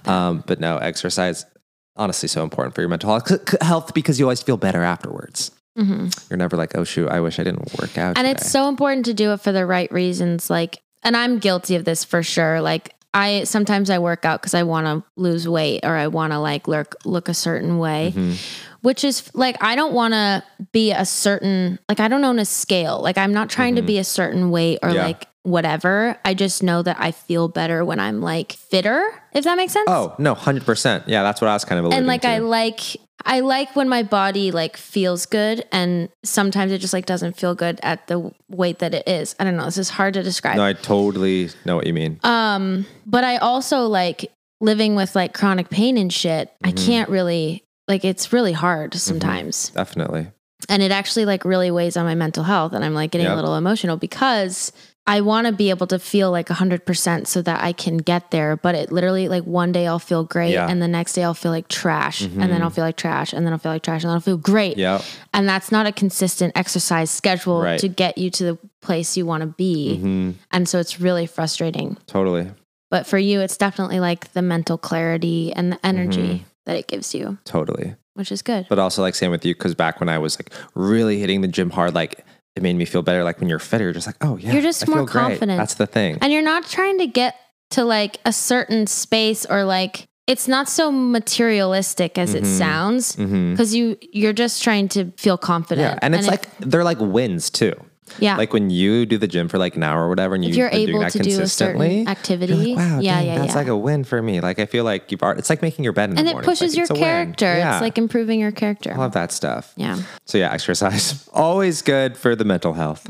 um, but no, exercise honestly so important for your mental health, c- c- health because you always feel better afterwards. You're never like, oh shoot, I wish I didn't work out. Mm-hmm. And today." it's so important to do it for the right reasons. Like, and I'm guilty of this for sure. Like, I sometimes I work out because I want to lose weight or I want to like look look a certain way, Mm-hmm. which is like I don't want to be a certain like I don't own a scale. Like I'm not trying to be a certain weight or Mm-hmm. Yeah. like whatever. I just know that I feel better when I'm like fitter. If that makes sense. oh no, hundred percent. Yeah, that's what I was kind of alluding and like to. I like I like when my body like feels good and sometimes it just like doesn't feel good at the weight that it is. I don't know, this is hard to describe. no, I totally know what you mean. um but I also like living with like chronic pain and shit. I Mm-hmm. can't really like it's really hard sometimes. Definitely. And it actually like really weighs on my mental health and I'm like getting Yeah. a little emotional because I want to be able to feel like 100% so that I can get there, but it literally like one day I'll feel great Yeah. Mm-hmm. and the next day I'll feel like trash and then I'll feel like trash and then I'll feel like trash and then I'll feel great. Yeah. And that's not a consistent exercise schedule Right. to get you to the place you want to be. hmm And so it's really frustrating. Totally. But for you, it's definitely like the mental clarity and the energy that it gives you, Totally. which is good. Mm-hmm. But also like same with you, because back when I was like really hitting the gym hard, like it made me feel better. Like when you're fitter, you're just like, oh yeah, You're just I more feel great. confident. That's the thing. And you're not trying to get to like a certain space or like it's not so materialistic as Mm-hmm. it sounds hmm because you you're just trying to feel confident. Yeah, and it's if- like they're like wins too. yeah, Like when you do the gym for like an hour or whatever, and you if you're are doing able that to do a consistently, certain activity, you're like, wow, yeah, dang, yeah, that's yeah. like a win for me. Like I feel like you've already, it's like making your bed in and the it morning. It's pushes like, your it's a win. character. Yeah. It's like improving your character. all of that stuff. Yeah. So yeah, exercise always good for the mental health,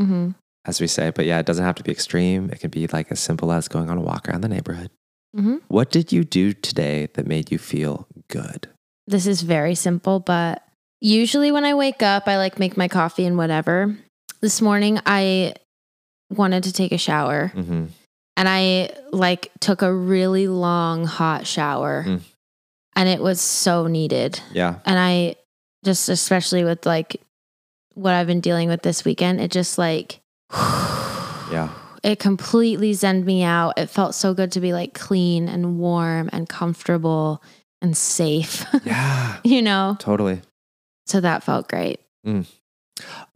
as we say. But yeah, it doesn't have to be extreme. It can be like as simple as going on a walk around the neighborhood. Mhm. What did you do today that made you feel good? This is very simple, but usually when I wake up, I like make my coffee and whatever. This morning, I wanted to take a shower. Mm-hmm. and I like took a really long hot shower Mm. and it was so needed. Yeah, And I just especially with like what I've been dealing with this weekend, it just like yeah, it completely zened me out. It felt so good to be like clean and warm and comfortable and safe, yeah, you know? totally. So that felt great.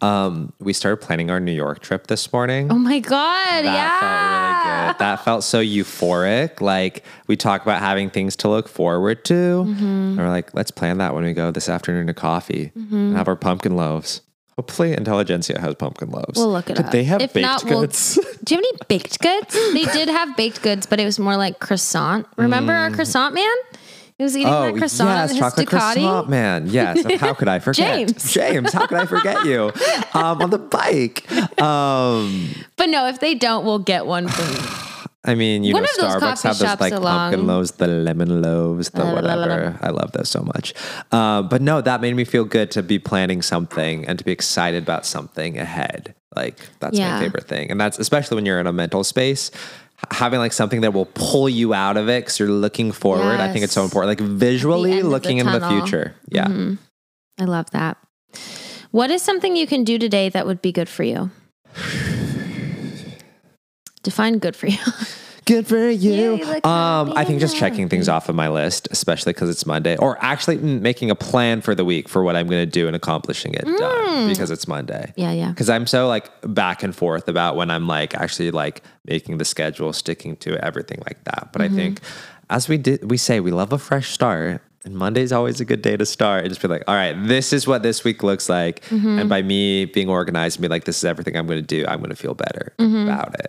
Um, we started planning our New York trip this morning. Oh my god. that felt yeah. really good. That felt so euphoric. Like we talk about having things to look forward to, Mhm. and we're like, let's plan that when we go this afternoon to coffee Mhm. and have our pumpkin loaves. Hopefully, Intelligentsia has pumpkin loaves. We'll look it Did up. they have If baked not, we'll- goods? Do you have any baked goods? They did have baked goods, but it was more like croissant. Remember our croissant man? He was eating that croissant Mm. Oh, yes, in his chocolate Ducati. croissant man. Yes, and how could I forget James. James, how could I forget you um, on the bike? Um, But no, if they don't, we'll get one for me. I mean, you One know, of those Starbucks coffee have those shops like along- pumpkin loaves, the lemon loaves, the La, la, la, la, la. whatever. I love those so much. Uh, but no, that made me feel good to be planning something and to be excited about something ahead. Like that's Yeah. my favorite thing, and that's especially when you're in a mental space. h- Having like something that will pull you out of it because you're looking forward. I think it's so Yes. important. Like visually end of the looking in the tunnel. Mm-hmm. future. Yeah. I love that. What is something you can do today that would be good for you? Define good for you. Good for you. you look um, happy I think just and checking things off of my list, especially because it's Monday, or actually mm, making a plan for the week for what I'm going to do and accomplishing it done because it's Monday. Mm. yeah, yeah. Because I'm so like back and forth about when I'm like actually like making the schedule, sticking to it, everything like that. Mm-hmm. But I think as we did, we say we love a fresh start. And Monday's always a good day to start and just be like, all right, this is what this week looks like. Mm-hmm. And by me being organized and be like, this is everything I'm going to do, I'm going to feel better Mm-hmm. about it.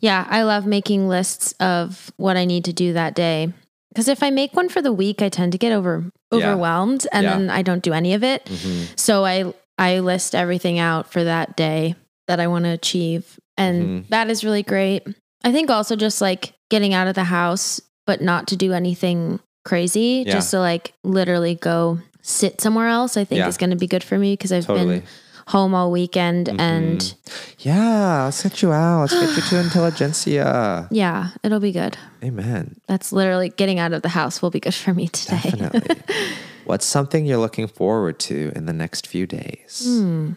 Yeah, I love making lists of what I need to do that day. Because if I make one for the week, I tend to get over Yeah. overwhelmed and Yeah. Mm-hmm. then I don't do any of it. So I I list everything out for that day that I want to Mm-hmm. achieve. And that is really great. I think also just like getting out of the house but not to do anything crazy. Yeah. Just to like literally go sit somewhere else, I think Yeah. is going to be good for me because I've Totally. Mm-hmm. been home all weekend and Yeah, let's get you out. Let's get you to intelligentsia. yeah, it'll be good. Amen. That's literally getting out of the house will be good for me today. Definitely. What's something you're looking forward to in the next few days? Hmm.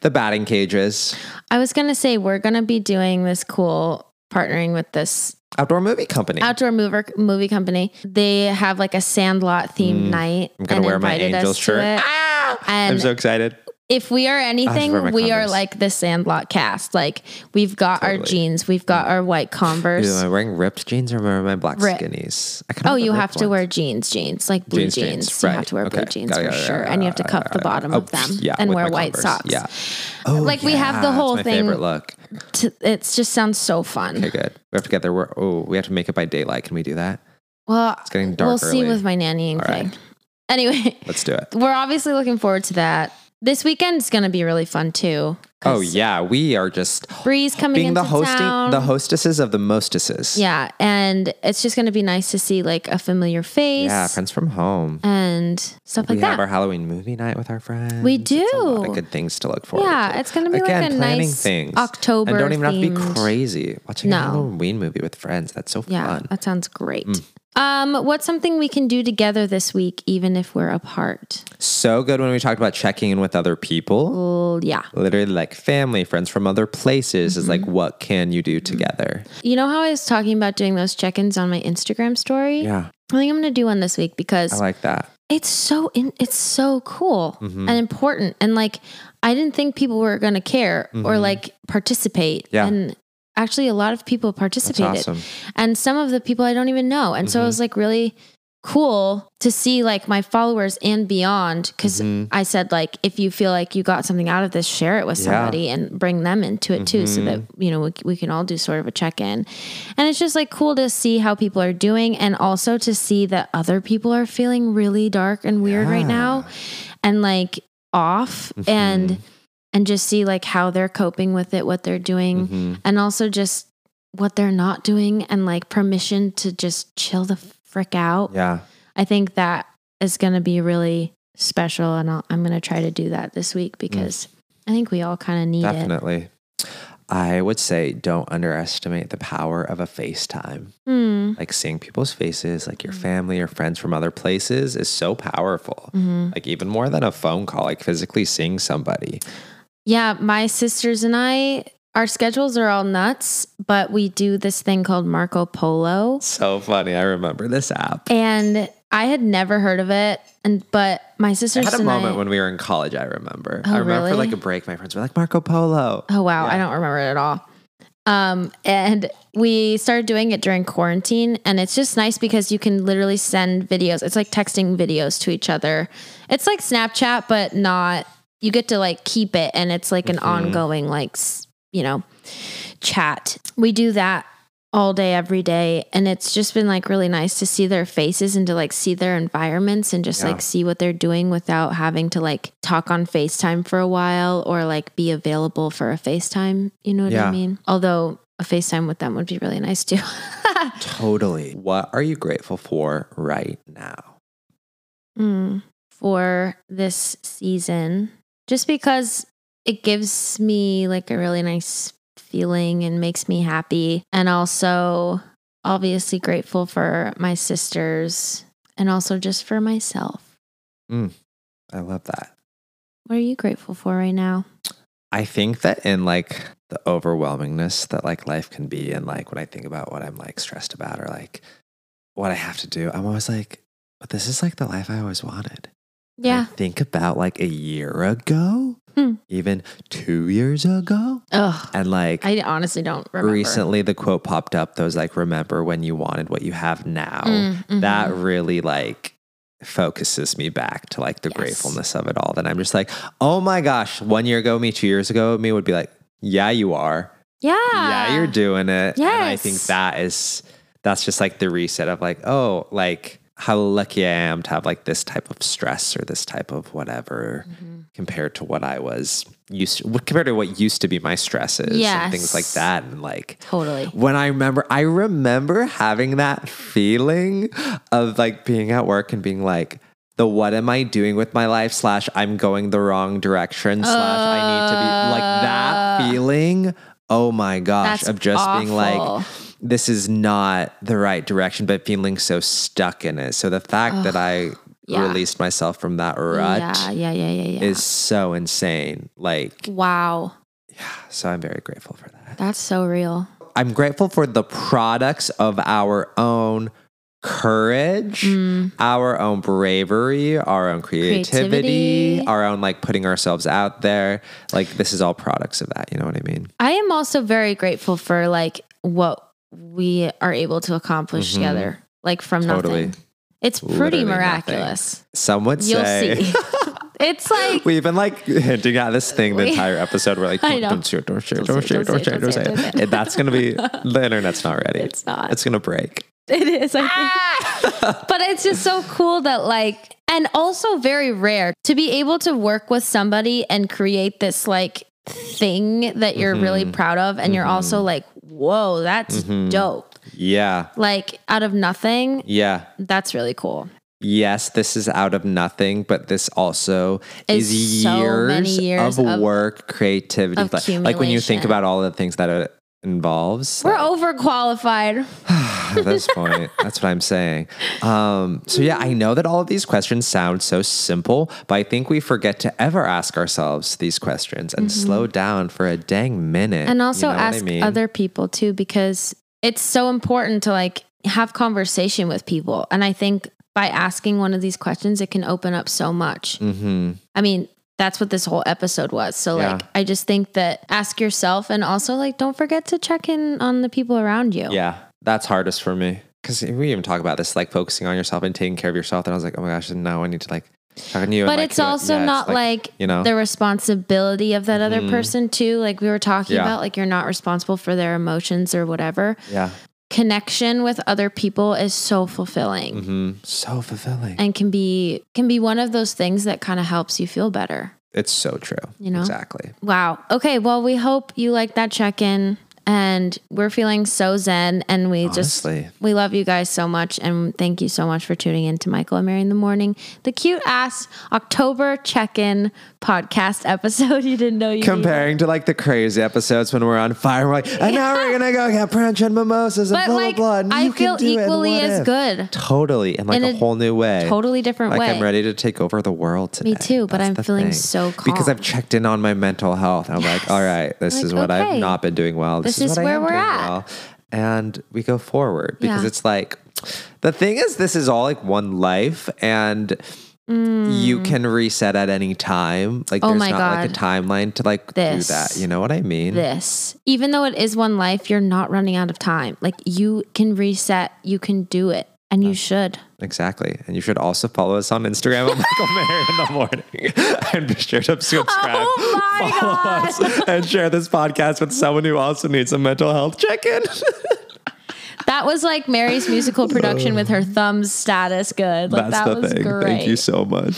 The batting cages. I was going to say, we're going to be doing this cool partnering with this Outdoor movie company. outdoor mover movie company. They have like a sandlot themed night. Hmm. I'm gonna and wear my invited us Angels to shirt. it. I'm And so excited. if we are wear my anything, we are Converse. like the Sandlot cast. Like we've got our Totally. jeans, we've got our white Converse. Am I wearing ripped jeans or am I wearing my black Rip. skinnies? I kinda Oh, want the you ripped have to ones. wear jeans, jeans, like blue Jeans, jeans. jeans, You right. have to wear blue Okay. jeans Got it, for got it, sure. got it, and you have to got it, cuff got the it. bottom Oh, of them yeah, and with wear my white Converse. socks. Yeah. Oh, Like, we have the yeah, whole that's my thing- favorite look. T- It just sounds so fun. Okay, good. We have to get there. We're, oh, we have to make it by daylight. Can we do that? Well, It's getting dark we'll see early. with my nannying All thing. right. Anyway, Let's do it. we're obviously looking forward to that. This weekend's going to be really fun too. Oh 'cause yeah, we are just Bree's coming being into the hosting, town. the hostesses of the mostesses. Yeah, and it's just going to be nice to see like a familiar face yeah, friends from home. and stuff we like have that. our Halloween movie night with our friends. We It's a lot do. of good things to look forward. yeah, to. it's going to be Again, like a planning nice things October. and don't even have to themed- be crazy. Watching No. a Halloween movie with friends that's so Yeah, fun. Mm. that sounds great. Um, what's something we can do together this week, even if we're apart? So good when we talked about checking in with other people. Well, yeah. Literally, like family, friends from other places is Mm-hmm. like, what can you do together? You know how I was talking about doing those check-ins on my Instagram story? Yeah, I think I'm going to do one this week because I like that. it's so in, it's so cool Mm-hmm. and important and like i didn't think people were going to care or like participate Mm-hmm. Yeah. and actually a lot of people That's participated awesome. and some of the people i don't even know and so it was like really cool to see like my followers and beyond because Mhm. i said like if you feel like you got something out of this share it with Yeah. somebody and bring them into it too so that you know we, we can all do sort of a check-in and it's just like cool to see how people are doing and also to see that other people are feeling really dark and weird right now and like off and and just see like how they're coping with it what they're doing Mhm. and also just what they're not doing and like permission to just chill the frick out Yeah. i think that is going to be really special and I'll, i'm going to try to do that this week because i think we all kind of need Definitely. I would say don't underestimate the power of a FaceTime. it mm. Like seeing people's faces, like your family or friends from other places is so powerful. Mm-hmm. Like even more than a phone call, like physically seeing somebody. yeah my sisters and i our schedules are all nuts but we do this thing called marco polo So funny. I remember this app. and i had never heard of it and but my I sisters had a and moment I, when we were in college, I remember. Oh, I remember for really? like a break, my friends were like, Marco Polo. Oh wow, Yeah. I don't remember it at all. Um, and we started doing it during quarantine, and it's just nice because you can literally send videos. It's like texting videos to each other. It's like Snapchat, but not. You get to like keep it, and it's like an ongoing like s- you know chat. We do that all day every day and it's just been like really nice to see their faces and to like see their environments and just Yeah. like see what they're doing without having to like talk on FaceTime for a while or like be available for a FaceTime, you know what I Yeah. mean? Although a FaceTime with them would be really nice too. Totally. What are you grateful for right now? Mm. for this season just because it gives me like a really nice feeling and makes me happy and also obviously grateful for my sisters and also just for myself I love that. what are you grateful for right now I think that in like the overwhelmingness that like life can be, and like when I think about what I'm like stressed about or like what I have to do, I'm always like, but this is like the life I always wanted. And I yeah think about like a year ago, Hmm. even two years ago, ugh and like i honestly don't remember recently the quote popped up those like, remember when you wanted what you have now. Mm, mhm. That really like, focuses me back to like the Yes. gratefulness of it all that i'm just like oh my gosh one year ago me two years ago me would be like yeah you are yeah yeah, you're doing it. And I think Ah, Yes. that is that's just like the reset of like, oh, Mm-hmm. like how lucky I am to have like this type of stress or this type of whatever compared to what I was used to, compared to what used to be my stresses Yes. and things like that. And like, Totally. when I remember, I remember having that feeling of like being at work and being like, the what am I doing with my life? Slash, I'm going the wrong direction. Slash, I need to be like that feeling. Oh my gosh, Uh. That's of just being like, awful. this is not the right direction, but feeling so stuck in it. So the fact that I yeah. released myself from that rut Yeah, yeah, yeah, yeah, yeah. is so insane. Like, wow. so I'm very grateful for that. That's so real. I'm grateful for the products of our own courage, Mm. our own bravery, our own creativity, Creativity. our own like putting ourselves out there. Like this is all products of that, you know what I mean? I am also very grateful for like what we are able to accomplish Mhm. together, like from Totally. nothing. It's Literally pretty nothing. miraculous. Some would You'll say see. it's like We've been like hinting at this thing the We- entire episode. We're like, I know. don't shoot, don't shoot, Don't don't say shoot, it, don't don't shoot, don't say shoot. it, don't say it, don't say it. That's gonna be the internet's not ready. it's not. It's gonna break. It is, I Ah! think. but it's just so cool that like and also very rare to be able to work with somebody and create this like thing that you're Mm-hmm. really proud of and you're also like, whoa, that's dope. Yeah. Like out of nothing, Yeah. that's really cool. yes, this is out of nothing, but this also Is is, so years, many years of, of- work, creativity. of like, like when you think accumulation. about all the things that it involves We're overqualified. at this point, that's what I'm saying. Um, so yeah, I know that all of these questions sound so simple, but I think we forget to ever ask ourselves these questions and slow down for a dang minute. Mm-hmm. And also You know what ask other people too, because it's so important to like have conversation with people. And I think by asking one of these questions, it can open up so much. Mhm. I mean, that's what this whole episode was. So Yeah. like I just think that ask yourself and also like don't forget to check in on the people around you. Yeah, that's hardest for me because we even talk about this, like focusing on yourself and taking care of yourself. And I was like, oh my gosh, no, I need to like talk to you. and, But like, it's do it. also Yeah, it's not like, you know, the responsibility of that Mhm. other person too. Like we were talking Yeah. about like you're not responsible for their emotions or whatever. yeah, Connection with other people is so fulfilling. hmm so fulfilling. and can be can be one of those things that kind of helps you feel better. it's so true. You know? exactly. Wow. Okay, well we hope you like that check-in and we're feeling so zen and we Honestly. just we love you guys so much and thank you so much for tuning in to Michael and Mary in the morning. The cute ass October check-in podcast episode. You didn't know you needed. Comparing to like the crazy episodes when we're on fire, we're like, and now we're gonna go get brunch and mimosas and But blah like blah blah. and I you can feel do it, and equally what as if? good. Totally, in like In a, a whole new way. Totally different Like way. I'm ready to take over the world today. Me too, but That's I'm the feeling thing. so because I've calm. checked in on my mental health. I'm like, all right, this Like, is what I've okay. not been doing well. This, This is what I where am we're doing at. well. and we go forward because Yeah. it's like the thing is, this is all like one life and. You can reset at any time. Like Mm. Oh there's my not like a God. timeline to like This. do that. You know what I mean? this. Even though it is one life, you're not running out of time. Like you can reset, you can do it, and you should. Exactly. And you should also follow us on Instagram at Michael Mary in the morning. And be sure to subscribe, Oh my follow God. us, and share this podcast with someone who also needs a mental health check-in. That was like Mary's musical production with her thumbs status good. Like Oh. That's that the was thing. great. Thank you so much.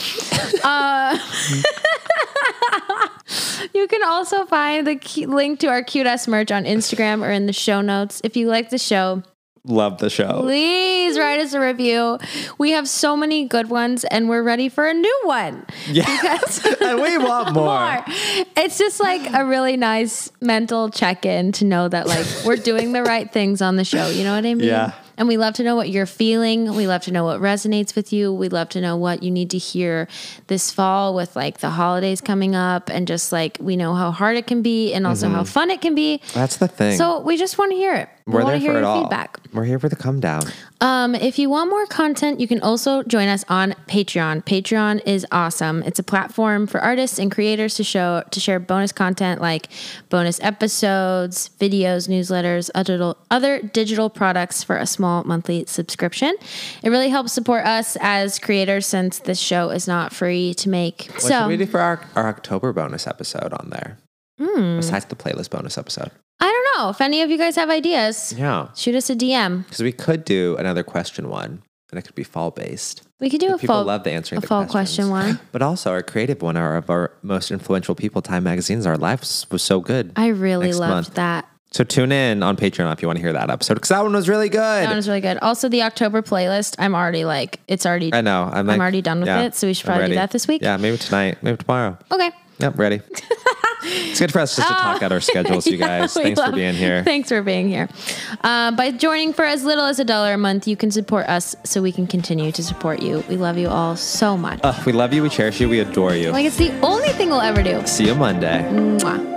You can also find the cu- link to our cute ass merch on Instagram or in the show notes. If you like the show, Love the show. please write us a review. We have so many good ones and we're ready for a new one. Yeah. Because- and we want more. more. It's just like a really nice mental check in to know that like we're doing the right things on the show. You know what I mean? Yeah. And we love to know what you're feeling. We love to know what resonates with you. We love to know what you need to hear this fall with like the holidays coming up and just like we know how hard it can be and also how fun it can be. That's the thing. So we just want to hear it. We Mm-hmm. We're want there to hear for it your all. feedback. We're here for the come down. Um, if you want more content, you can also join us on Patreon. Patreon is awesome. It's a platform for artists and creators to show to share bonus content like bonus episodes, videos, newsletters, other other digital products for a small monthly subscription. It really helps support us as creators since this show is not free to make. What so should we do for our, our October bonus episode on there? Hmm. Besides the playlist bonus episode. I don't know if any of you guys have ideas. Yeah. Shoot us a DM. Because we could do another question one. and it could be fall based. We could do a People fall, love the answering a the fall questions. question one. But also, our creative one, our of our most influential people, Time Magazine's Our Lives was so good. I really Next loved month. that. So tune in on Patreon if you want to hear that episode because that one was really good. That one was really good. Also, the October playlist. I'm already like, it's already. I know. I'm, I'm like- already done with yeah, it, so we should I'm probably do ready. that this week. Yeah, maybe tonight, maybe tomorrow. Okay. Yep, ready. it's good for us just to talk out our schedules, you Yeah, guys. we Thanks for love- being here. Thanks for being here. Uh, by joining for as little as a dollar a month, you can support us so we can continue to support you. We love you all so much. Uh. Oh, Ugh, we love you. We cherish you. We adore you. like, it's the only thing we'll ever do. See you Monday. Mwah.